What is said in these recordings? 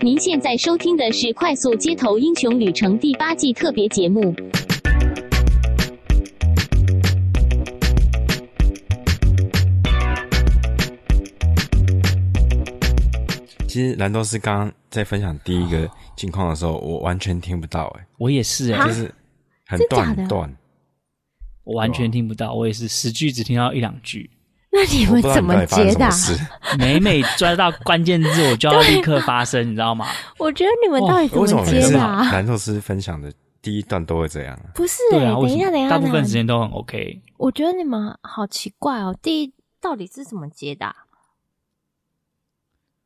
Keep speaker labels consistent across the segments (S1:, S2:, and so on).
S1: 您现在收听的是《快速街头英雄旅程》第八季特别节目。
S2: 其实蓝豆是刚刚在分享第一个情况的时候，我完全听不到、欸，
S3: 我也是哎、
S2: 哎，
S1: 啊
S2: 就是很
S1: 真
S2: 断
S1: 假的
S2: 很断，
S3: 我完全听不到，我也是十句只听到一两句。
S4: 那你
S2: 我不知道
S4: 们怎
S2: 你到
S4: 么
S2: 底发生
S4: 接
S2: 什
S4: 的
S2: 么
S4: 啊？
S2: 事。
S3: 每每抓到关键字，我就要立刻发 声，你知道吗？
S4: 我觉得你们到底怎
S2: 为什么每
S4: 接
S2: 次
S4: 的啊？
S2: 蓝豆丝分享的第一段都会这样啊？
S4: 不是、
S3: 对
S4: 欸，
S3: 啊，
S4: 等
S3: 为什
S4: 一下，等一
S3: 么？
S4: 下，
S3: 大部分时
S4: 等一下
S3: 间都很 OK。
S4: 我觉得你们好奇怪哦，第一到底是怎么接的啊、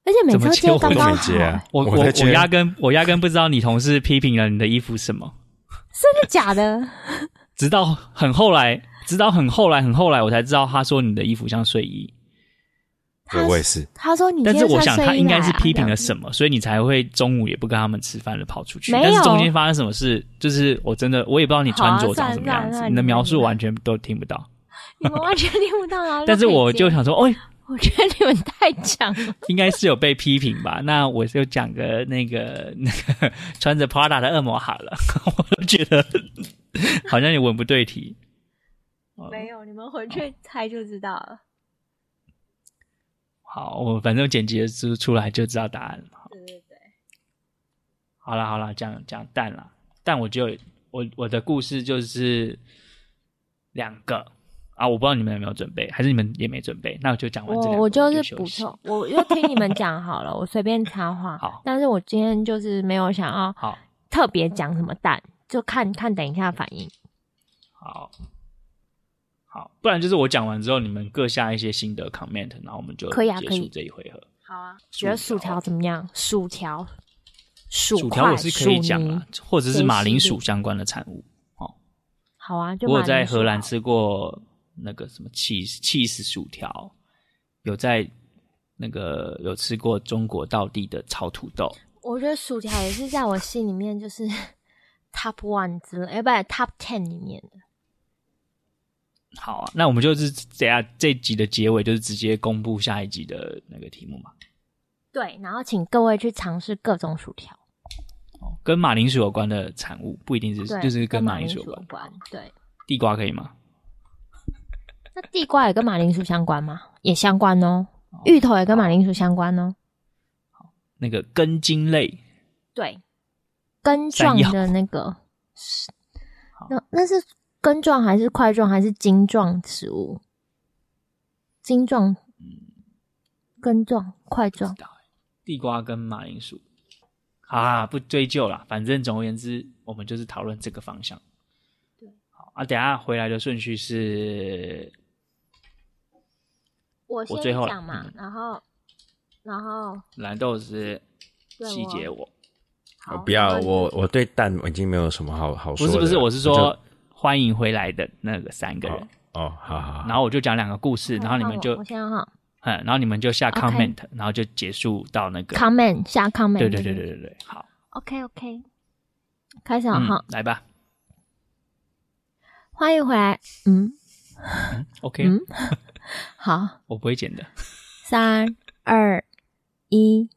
S4: 而且每
S3: 怎
S4: 次
S3: 么
S4: 都
S3: 接我
S4: 刚
S2: 我都
S4: 刚
S2: 没
S4: 好，
S2: 接啊，
S3: 我
S2: 我
S3: 我
S2: 在接
S3: 我压根我压根不知道你同事批评了你的衣服什么，
S4: 真的假的？
S3: 直到很后来，直到很后来很后来，我才知道他说你的衣服像睡衣。
S2: 对我也是，
S4: 他说你今
S3: 但
S4: 天
S3: 是我
S4: 穿睡衣来啊、
S3: 想他应该是批评了
S4: 么？
S3: 什么，所以你才会中午也不跟他们吃饭了跑出去。
S4: 没有啊
S3: 但是中间发生什么事，就是我真的我也不知道你穿着长什么样
S4: 好啊算了
S3: 子，
S4: 算了
S3: 你的描述完全都听不到。
S4: 你们完全听不到啊！
S3: 但是我就
S4: 可以接，
S3: 想说，哎，
S4: 我觉得你们太强了。
S3: 应该是有被批评吧？那我就讲个那个那个穿着 Prada 的恶魔好了， 我都觉得好像也文不对题。哦
S4: 没有，你们回去猜就知道了。
S3: 好，我反正剪辑的出出来就知道答案了。
S4: 对对对，
S3: 好啦好啦，讲讲蛋啦，但我就我我的故事就是两个啊，我不知道你们有没有准备，还是你们也没准备？那我就讲完这两
S4: 我
S3: 个
S4: 我就
S3: 就是休
S4: 补
S3: 息
S4: 充，我就听你们讲好了，我随便插 话。
S3: 好
S4: 但是我今天就是没有想要
S3: 好
S4: 特别讲什么蛋，就看看等一下反应。
S3: 好好，不然就是我讲完之后，你们各下一些心得 comment，然后我们就
S4: 可以啊
S3: 结
S4: 可以
S3: 束这一回合。
S4: 好啊，觉得薯
S3: 薯条
S4: 条怎么样？薯条，薯
S3: 薯条
S4: 块
S3: 我是可以
S4: 薯
S3: 讲
S4: 泥
S3: 啦，或者是马铃薯相关的产物。
S4: 好啊，就
S3: 我有
S4: 马
S3: 在
S4: 铃薯
S3: 荷兰
S4: 好
S3: 吃过那个什么 cheese cheese 薯条，有在那个有吃过中国道地的炒土豆。
S4: 我觉得薯条也是在我心里面就是 top one 之类，哎，不，top ten 里面的。
S3: 好啊，那我们就是等一下这一集的结尾就是直接公布下一集的那个题目嘛。
S4: 对，然后请各位去尝试各种薯条，
S3: 哦，跟马铃薯有关的产物不一定是
S4: 对，
S3: 就是
S4: 跟
S3: 马
S4: 铃
S3: 薯有
S4: 有
S3: 关。
S4: 关。对，
S3: 地瓜可以吗？
S4: 那地瓜也跟马铃薯相关吗？也相关哦。芋头也跟马铃薯相关哦。
S3: 那个根茎类
S4: 对，根状的那个，是那那是根状还是块状还是茎状植物？茎状、
S3: 嗯
S4: 根状、块状。
S3: 地瓜跟马铃薯。好啦，不追究啦，反正总而言之，我们就是讨论这个方向。对，好啊，等一下回来的顺序是
S4: 我
S3: 我最
S4: 先
S3: 后了
S4: 讲嘛，
S3: 嗯
S4: 然后，然后
S3: 蓝豆是
S4: 对
S3: 细节
S4: 我
S3: 我，
S4: 好，
S2: 不要
S4: 然后
S2: 我我对蛋已经没有什么好好
S3: 不
S2: 说的
S3: 是
S2: 了。
S3: 不是，我是说
S2: 就
S3: 欢迎回来的那个三个人
S2: 好，哦，好好好，
S3: 然后我就讲两个故事，
S4: 好
S3: 然后你们
S4: 换
S3: 就
S4: 我我先哈
S3: 嗯，然后你们就下
S4: OK
S3: comment，然后就结束到那个
S4: comment 下 comment，
S3: 对对对对对对，好，
S4: ，OK OK，开始了
S3: 嗯
S4: 哈，，
S3: 来吧
S4: 欢迎回来，嗯
S3: ，OK，
S4: 嗯，好，
S3: 我不会剪的，
S4: 三二一，